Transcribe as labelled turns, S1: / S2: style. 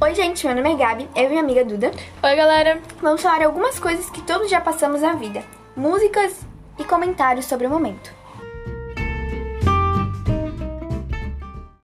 S1: Oi, gente, meu nome é Gabi, eu e minha amiga Duda.
S2: Oi, galera.
S1: Vamos falar algumas coisas que todos já passamos na vida, músicas e comentários sobre o momento.